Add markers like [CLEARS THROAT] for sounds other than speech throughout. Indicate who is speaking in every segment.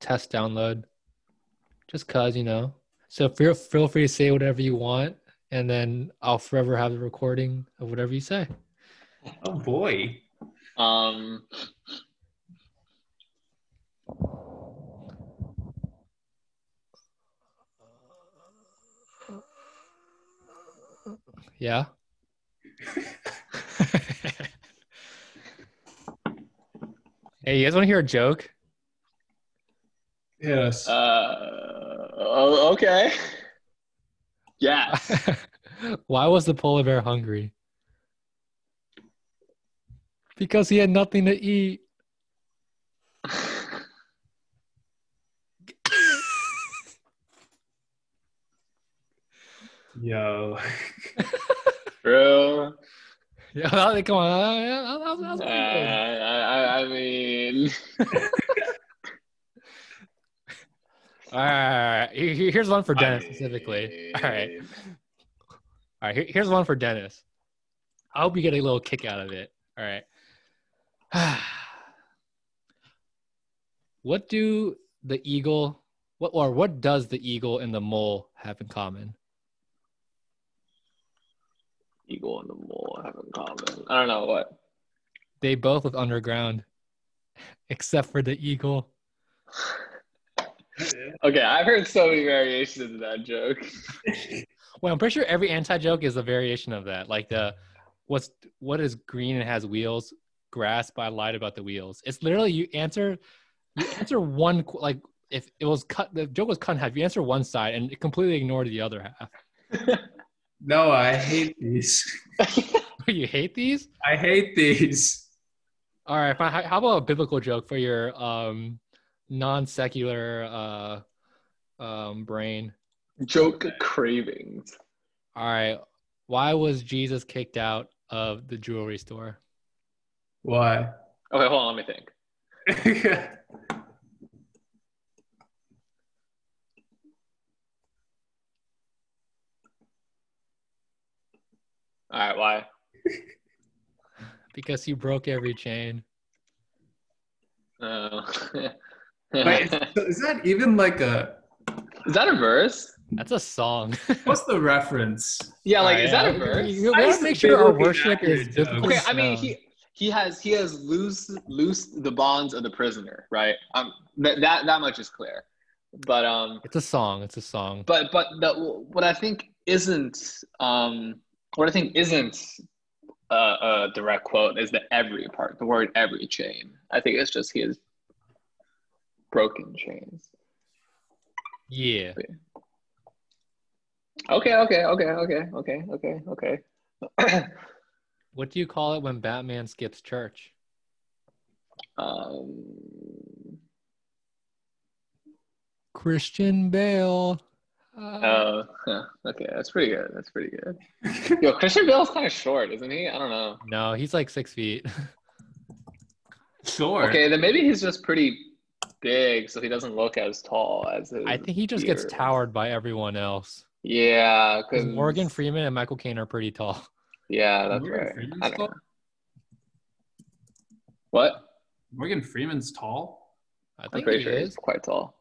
Speaker 1: test download, just cause you know. So feel feel free to say whatever you want, and then I'll forever have the recording of whatever you say.
Speaker 2: Oh boy.
Speaker 3: Um,
Speaker 1: Yeah. [LAUGHS] hey, you guys want to hear a joke? [LAUGHS]
Speaker 2: Yes.
Speaker 3: uh, oh, okay. [LAUGHS] Yeah. [LAUGHS]
Speaker 1: Why was the polar bear hungry? Because he had nothing to eat. [LAUGHS]
Speaker 2: Yo. [LAUGHS]
Speaker 3: True.
Speaker 1: Yeah, [LAUGHS] come on. that was- that was
Speaker 3: Uh, I,
Speaker 1: pretty good.
Speaker 3: I, I mean,
Speaker 1: All right. Here- here- Here's one for Dennis
Speaker 3: I
Speaker 1: specifically. All right.
Speaker 3: mean,
Speaker 1: All right. here- Here's one for Dennis. I hope you get a little kick out of it. All right. [SIGHS] What do the eagle, what or what does the eagle and the mole have in common?
Speaker 3: Eagle and the mole have in common. I don't know what.
Speaker 1: They both live underground, [LAUGHS] except for the eagle.
Speaker 3: Okay, I've heard so many variations of that joke.
Speaker 1: Well, I'm pretty sure every anti joke is a variation of that. Like the what's what is green and has wheels? Grass, but I lied about the wheels. It's literally you answer you answer one qu- like if it was cut the joke was cut in half, you answer one side and it completely ignored the other half. [LAUGHS]
Speaker 2: No, I hate these.
Speaker 1: you hate these?
Speaker 2: I hate these.
Speaker 1: All right, fine. How- How about a biblical joke for your um non secular uh um brain?
Speaker 3: joke cravings.
Speaker 1: All right. Why was Jesus kicked out of the jewelry store?
Speaker 2: Why? [LAUGHS]
Speaker 3: Okay, hold on, let me think. All right, why?
Speaker 1: Because he broke every chain.
Speaker 3: Uh, [LAUGHS]
Speaker 2: Wait, so is that even like a
Speaker 3: is that a verse?
Speaker 1: That's a song. [LAUGHS]
Speaker 2: what's the reference?
Speaker 3: Yeah, like is
Speaker 1: Alright,
Speaker 3: that a
Speaker 1: yeah.
Speaker 3: verse?
Speaker 1: You- you
Speaker 2: I
Speaker 1: gotta
Speaker 2: used to
Speaker 1: make
Speaker 2: be
Speaker 1: sure our
Speaker 2: looking
Speaker 1: worship
Speaker 2: at
Speaker 1: is Um,
Speaker 2: your jokes.
Speaker 1: biblical
Speaker 3: Okay, I mean
Speaker 1: sound.
Speaker 3: he he has he has loose loose the bonds of the prisoner, right? Um, that that that much is clear. But um,
Speaker 1: it's a song. It's a song.
Speaker 3: but but the, what I think isn't um what I think isn't a, a direct quote is the every part, the word every chain. I think it's just he has broken chains.
Speaker 1: yeah.
Speaker 3: Okay, okay, okay, okay, okay, okay, okay. [CLEARS THROAT]
Speaker 1: What do you call it when Batman skips church?
Speaker 3: um,
Speaker 1: Christian Bale. [LAUGHS]
Speaker 3: oh, huh, okay, that's pretty good. That's pretty good. Yo, Christian Bale's kind of short, isn't he? I don't know.
Speaker 1: no, he's like six feet.
Speaker 2: Sure.
Speaker 3: Okay, then maybe he's just pretty big, so he doesn't look as tall as. His
Speaker 1: I think he just gets
Speaker 3: peers.
Speaker 1: towered by everyone else.
Speaker 3: Yeah,
Speaker 1: 'Cause
Speaker 3: because
Speaker 1: Morgan Freeman and Michael Caine are pretty tall.
Speaker 3: Yeah, that's
Speaker 2: Morgan
Speaker 3: right.
Speaker 2: Freeman's
Speaker 3: I don't
Speaker 2: tall?
Speaker 3: know. What?
Speaker 2: Morgan Freeman's tall.
Speaker 1: I
Speaker 3: I'm
Speaker 1: think he
Speaker 3: pretty sure he's
Speaker 1: is.
Speaker 3: quite tall.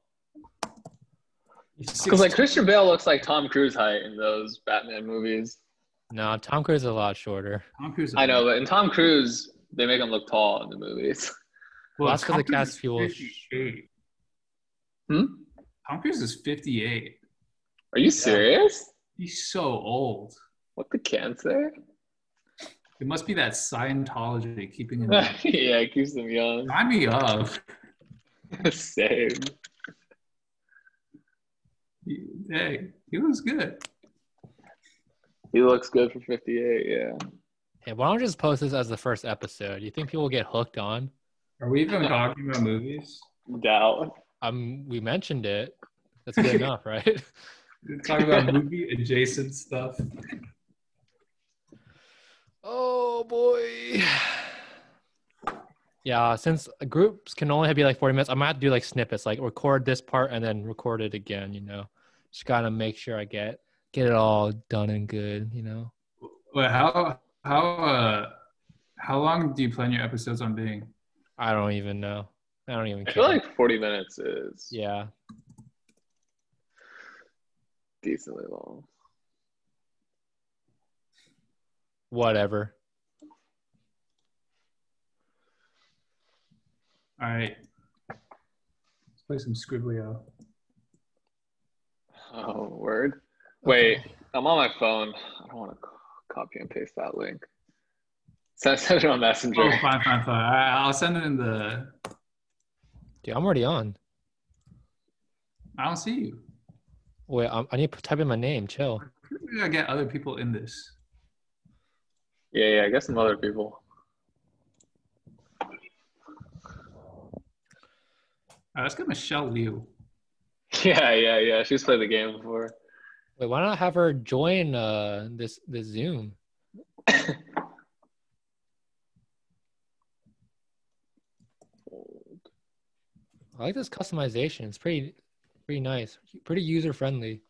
Speaker 2: He's
Speaker 3: Because like Christian Bale looks like Tom Cruise height in those Batman movies.
Speaker 1: No, Tom Cruise is a lot shorter.
Speaker 2: Tom Cruise is
Speaker 3: I know, but in Tom Cruise, they make him look tall in the movies. [LAUGHS]
Speaker 1: Well, that's 'cause
Speaker 2: Tom
Speaker 1: the
Speaker 2: Cruise
Speaker 1: cast
Speaker 2: is
Speaker 1: fuel is-
Speaker 2: 58.
Speaker 3: Hmm?
Speaker 2: Tom Cruise is 58.
Speaker 3: Are you serious?
Speaker 2: He's so old.
Speaker 3: What the cancer? [LAUGHS]
Speaker 2: It must be that Scientology keeping
Speaker 3: [LAUGHS]
Speaker 2: him.
Speaker 3: yeah, it keeps them young. [LAUGHS]
Speaker 2: Sign me up.
Speaker 3: Same.
Speaker 2: Hey, he was good.
Speaker 3: He looks good for 58. Yeah.
Speaker 1: Hey, why don't we just post this as the first episode? You think people get hooked on?
Speaker 2: Are we even talking about movies?
Speaker 3: Doubt.
Speaker 1: Um, we mentioned it. That's good
Speaker 3: [LAUGHS]
Speaker 1: enough, right?
Speaker 2: Talking about movie adjacent stuff.
Speaker 1: Oh boy. Yeah, since groups can only be like 40 minutes, I might have to do like snippets, like record this part and then record it again, you know. Just gotta make sure I get get it all done and good, you know.
Speaker 2: Well, how how uh how long do you plan your episodes on being?
Speaker 1: I don't even know. I don't even
Speaker 3: I feel
Speaker 1: care.
Speaker 3: like 40 minutes is
Speaker 1: yeah.
Speaker 3: decently long.
Speaker 1: Whatever.
Speaker 2: All right. Let's play some Scriblio.
Speaker 3: Oh, word. Wait, I'm on my phone. I don't want to copy and paste that link. Send, send it on Messenger.
Speaker 2: Oh, fine, fine, fine. All right, I'll send it in the.
Speaker 1: Dude, I'm already on.
Speaker 2: I don't see you.
Speaker 1: Wait, I, I need to type in my name. Chill.
Speaker 2: We gotta get other people in this.
Speaker 3: Yeah, yeah, I guess some other people. [LAUGHS]
Speaker 2: All right, let's get Michelle Liu. [LAUGHS]
Speaker 3: Yeah, yeah, yeah. She's played the game before.
Speaker 1: Wait, why not have her join uh this this Zoom? I like this customization. It's pretty pretty nice. Pretty user friendly.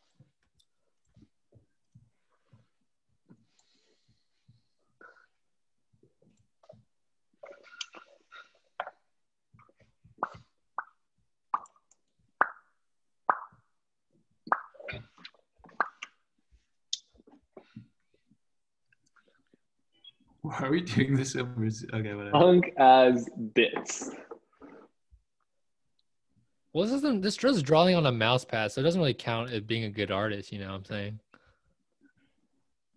Speaker 2: Why are we doing this over? Zo- Okay, whatever.
Speaker 3: Punk as bits.
Speaker 1: Well, this isn't this just drawing on a mouse pad, so it doesn't really count as being a good artist, you know what I'm saying?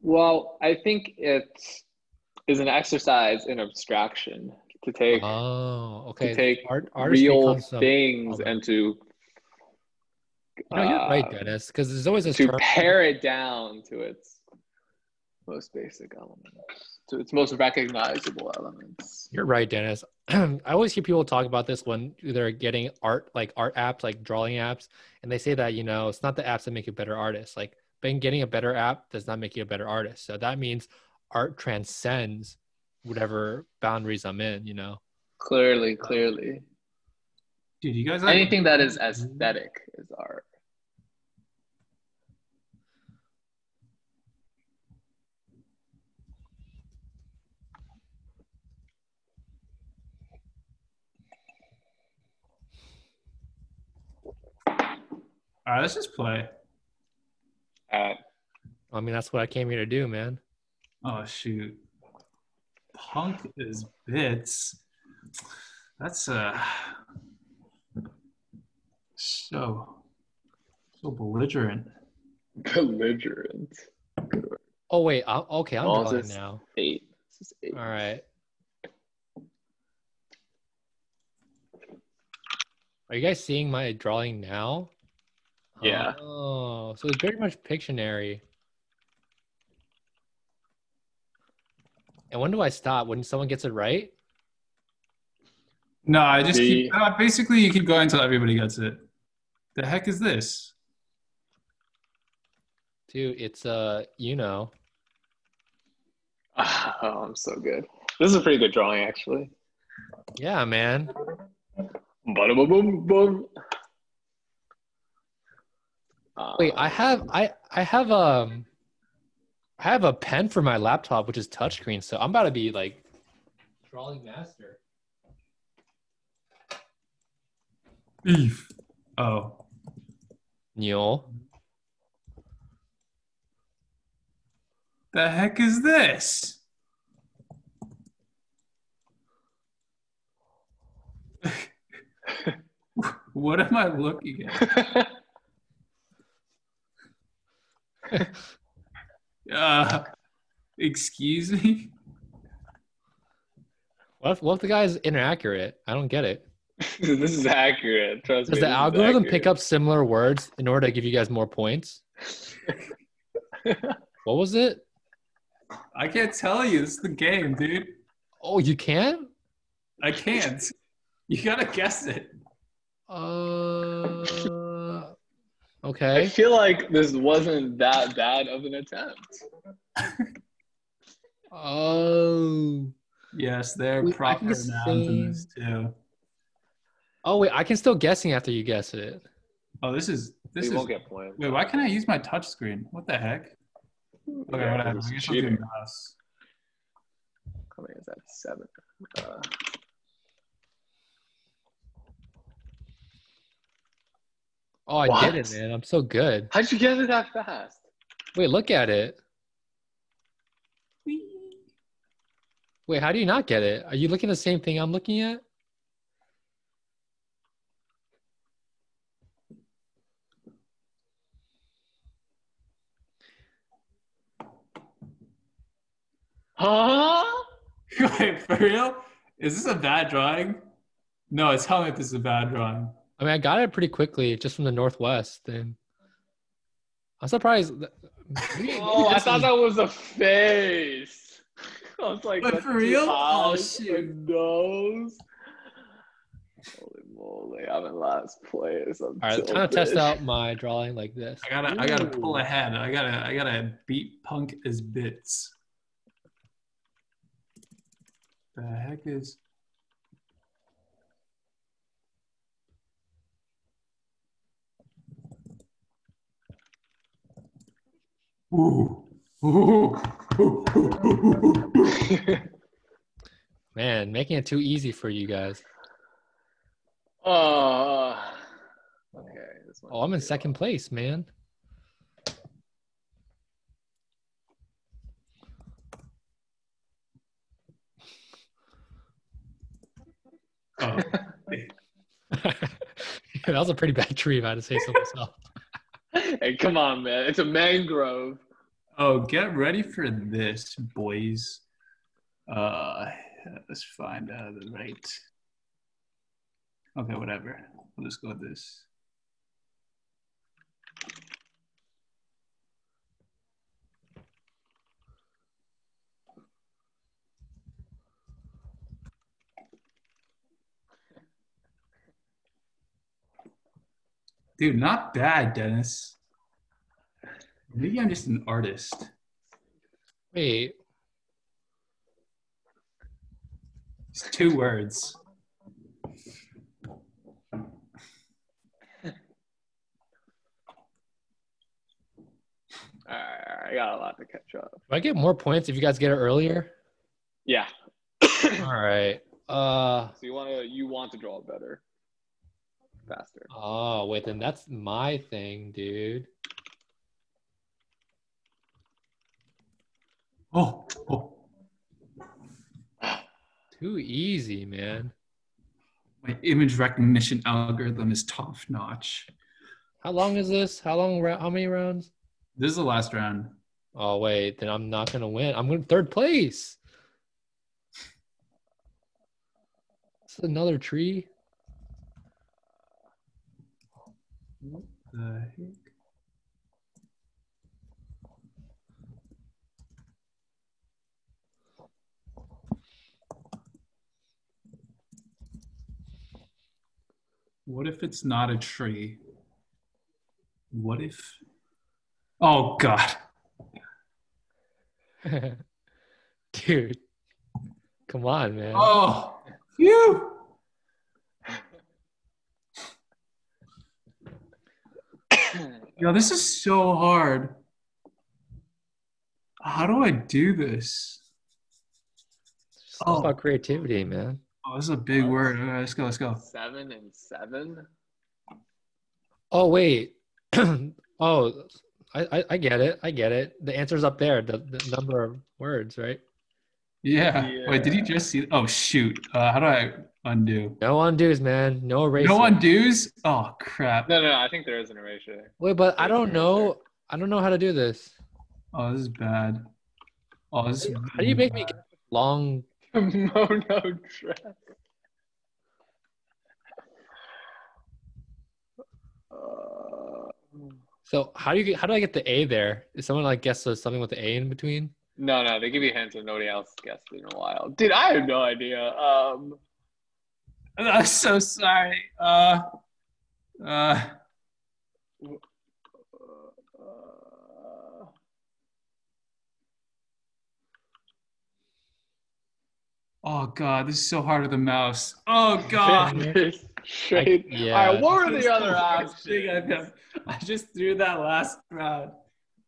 Speaker 3: Well, I think it is an exercise in abstraction to take
Speaker 1: Oh, okay.
Speaker 3: take
Speaker 1: Art artistry
Speaker 3: real
Speaker 1: comes from-
Speaker 3: things
Speaker 1: okay.
Speaker 3: and to
Speaker 1: No, you're right,
Speaker 3: uh,
Speaker 1: Dennis, because there's always this
Speaker 3: to
Speaker 1: term.
Speaker 3: pare it down to its most basic elements, to its most recognizable elements.
Speaker 1: You're right, Dennis. [CLEARS THROAT] I always hear people talk about this when they're getting art, like art apps, like drawing apps, and they say that you know it's not the apps that make you better artists. Like, being getting a better app does not make you a better artist. So that means art transcends whatever boundaries I'm in. You know,
Speaker 3: Clearly, clearly.
Speaker 2: Dude, you guys like
Speaker 3: Anything that is aesthetic is art.
Speaker 2: All right, let's just play.
Speaker 3: Uh,
Speaker 1: I mean that's what I came here to do, man.
Speaker 2: Oh shoot. Punk is bits. That's uh so so belligerent.
Speaker 3: belligerent.
Speaker 1: Oh wait, I, okay, I'm
Speaker 3: Moses.
Speaker 1: drawing now.
Speaker 3: Eight. This is eight.
Speaker 1: All right. Are you guys seeing my drawing now?
Speaker 3: Yeah.
Speaker 1: Oh, so it's very much Pictionary. And when do I stop? When someone gets it right?
Speaker 2: No, I just
Speaker 3: The-
Speaker 2: keep uh, basically you keep going until everybody gets it. The heck is this?
Speaker 1: Dude, it's uh, you know.
Speaker 3: Oh, I'm so good. This is a pretty good drawing, actually.
Speaker 1: Yeah, man.
Speaker 3: Bada boom boom boom. Uh,
Speaker 1: Wait, I have I I have um I have a pen for my laptop which is touchscreen, so I'm about to be like drawing master.
Speaker 2: Beef. Oh.
Speaker 1: Neil.
Speaker 2: The heck is this? [LAUGHS] what am I looking at?
Speaker 3: have.
Speaker 2: Uh, excuse me?
Speaker 1: What if, what if the guy's inaccurate? I don't get it.
Speaker 3: [LAUGHS] this is accurate. Trust
Speaker 1: Does
Speaker 3: me.
Speaker 1: the
Speaker 3: this is
Speaker 1: algorithm pick
Speaker 3: accurate.
Speaker 1: up similar words in order to give you guys more
Speaker 3: [LAUGHS]
Speaker 1: points? what was it?
Speaker 2: I can't tell you. It's the game, dude.
Speaker 1: Oh, you can?
Speaker 2: I can't. [LAUGHS] You gotta guess it.
Speaker 1: Uh,
Speaker 3: I
Speaker 1: okay.
Speaker 3: feel like this wasn't that bad of an attempt.
Speaker 1: Oh.
Speaker 2: Yes, there are
Speaker 1: Wait, I
Speaker 2: proper
Speaker 1: can
Speaker 2: nouns in this too.
Speaker 1: Oh wait, I can still guessing after you guess it.
Speaker 2: Oh, this is this
Speaker 3: you
Speaker 2: is.
Speaker 3: won't get points.
Speaker 2: Wait, why can't I use my touch screen? What the heck? Okay,
Speaker 3: Yeah,
Speaker 2: whatever. I
Speaker 3: this is
Speaker 2: guess I'll do
Speaker 3: cheating.
Speaker 2: mouse. [LAUGHS]
Speaker 3: How many is that? Seven. Uh,
Speaker 1: Oh, I did it,
Speaker 3: What?
Speaker 1: man. I'm so good.
Speaker 3: How'd you get it that fast?
Speaker 1: Wait, look at it. Wait, how do you not get it? Are you looking at the same thing I'm looking at?
Speaker 3: Huh?
Speaker 2: Wait, for real? Is this a bad drawing? No, it's telling me this is a bad drawing.
Speaker 1: I mean, I got it pretty quickly, just from the northwest, and I'm surprised. th- maybe-
Speaker 3: Oh,
Speaker 1: maybe
Speaker 3: I
Speaker 1: this [LAUGHS]
Speaker 3: thought
Speaker 1: is-
Speaker 3: that was a face. I was like,
Speaker 2: But
Speaker 3: that's
Speaker 2: for
Speaker 3: two
Speaker 2: real? Oh,
Speaker 3: eyes, a
Speaker 2: shoot.
Speaker 3: Nose. Holy moly! I'm in last place. I'm
Speaker 1: All right, I'm trying to test out my drawing like this.
Speaker 2: I gotta, I gotta pull ahead. I gotta, I gotta beat punk as bits. The heck is? Ooh. [LAUGHS] Ooh. Ooh. Ooh. Ooh.
Speaker 3: out.
Speaker 1: Man, making it too easy for you guys.
Speaker 3: [LAUGHS] oh. Okay. This one
Speaker 1: Oh, I'm in second place, man. [LAUGHS]
Speaker 2: Oh.
Speaker 1: that was a pretty bad tree, if I had to say so myself.
Speaker 3: [LAUGHS] Hey, come on, man! It's a mangrove.
Speaker 2: Oh, get ready for this, boys. Uh, let's find out the right. Okay, whatever. We'll just go with this. Dude, not bad, Dennis. Maybe I'm just an artist.
Speaker 1: Wait,
Speaker 2: It's two words.
Speaker 3: All right, all right, I got a lot to catch up.
Speaker 1: do I get more points if you guys get it earlier?
Speaker 3: Yeah.
Speaker 1: All right. Uh
Speaker 3: So you want to you want to draw better, faster.
Speaker 1: oh, wait, then that's my thing, dude.
Speaker 2: Oh, oh.
Speaker 1: Too easy, man.
Speaker 2: my image recognition algorithm is top notch.
Speaker 1: How long is this? How long? ra- How many rounds?
Speaker 2: This is the last round.
Speaker 1: Oh wait, then I'm not gonna win. I'm going third place. This is another tree. [LAUGHS]
Speaker 2: What the heck? What if it's not a tree? What if? Oh God!
Speaker 1: dude, come on, man.
Speaker 2: Oh, phew! Yo, this is so hard. How do I do this?
Speaker 1: It's all
Speaker 2: oh.
Speaker 1: about creativity, man.
Speaker 2: Oh, this is a big word. All right, let's go. Let's go.
Speaker 3: [CLEARS THROAT] seven and seven.
Speaker 1: Oh wait. [CLEARS THROAT] oh, I, I I get it. I get it. The answer's up there. The, the number of words, right?
Speaker 2: Yeah. Wait, did you just see? Oh shoot. Uh, how do I undo?
Speaker 1: No undos, man. No erasing.
Speaker 2: No undoes. Oh crap.
Speaker 3: No, no, no, I think there is an erasure. [LAUGHS]
Speaker 1: Wait, but I
Speaker 3: Right
Speaker 1: don't
Speaker 3: there,
Speaker 1: know. I don't know how to do this.
Speaker 2: Oh, this is bad. Oh, this. Is
Speaker 1: How do you make me get long?
Speaker 3: Mono dress. Uh,
Speaker 1: So how do you get, how do I get the A there? Is someone like guess there's something with the A in between?
Speaker 3: no, no, they give you hints and nobody else guessed it in a while. Dude, I have no idea. Um,
Speaker 2: [LAUGHS] I'm so sorry. Uh. Uh.
Speaker 3: uh,
Speaker 2: Oh god, this is so hard with the mouse.
Speaker 1: [LAUGHS]
Speaker 2: Oh god.
Speaker 3: fingers straight.
Speaker 1: yeah.
Speaker 3: All right, what were
Speaker 2: This
Speaker 3: the
Speaker 2: is
Speaker 3: other
Speaker 2: hardest thing I've
Speaker 3: options?
Speaker 2: done. I just threw that last round.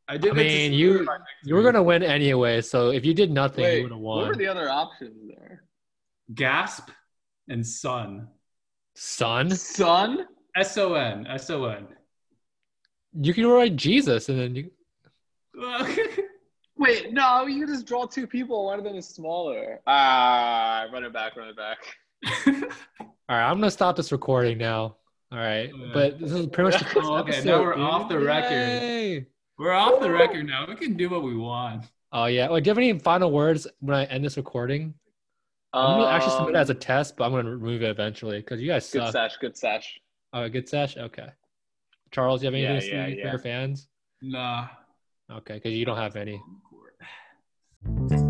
Speaker 2: I
Speaker 1: I
Speaker 2: did. it to
Speaker 1: mean,
Speaker 2: screw
Speaker 1: you-
Speaker 2: my next
Speaker 1: You were
Speaker 2: round.
Speaker 1: gonna win anyway, so if you did nothing, you
Speaker 3: Wait,
Speaker 1: would have
Speaker 3: what were
Speaker 1: won.
Speaker 3: the other options there?
Speaker 2: gasp and sun.
Speaker 1: Son.
Speaker 3: Sun?
Speaker 2: S O N. [LAUGHS] S O N.
Speaker 1: You can write Jesus, and then you.
Speaker 2: Oh,
Speaker 3: Wait, no, you just draw two people. One of them is smaller. Ah, run it back, run it back.
Speaker 1: All right, I'm gonna stop this recording now. All right,
Speaker 2: Yeah.
Speaker 1: but this is pretty much. The first
Speaker 2: [LAUGHS] Oh, okay, now
Speaker 1: episode,
Speaker 2: we're
Speaker 1: dude.
Speaker 2: off the record.
Speaker 1: Yay!
Speaker 2: We're off the record now. We can do what we want.
Speaker 1: Oh yeah. Wait, do you have any final words when I end this recording? I'm gonna actually submit it as a test, but I'm gonna remove it eventually because you guys
Speaker 3: Um, good
Speaker 1: suck.
Speaker 3: sash, good sash.
Speaker 1: Oh, good sesh. Okay. Charles, you have
Speaker 3: Yeah,
Speaker 1: anything
Speaker 3: yeah,
Speaker 1: to say
Speaker 3: yeah.
Speaker 1: for your fans?
Speaker 2: Nah.
Speaker 1: Okay, because you don't have any.
Speaker 2: Court.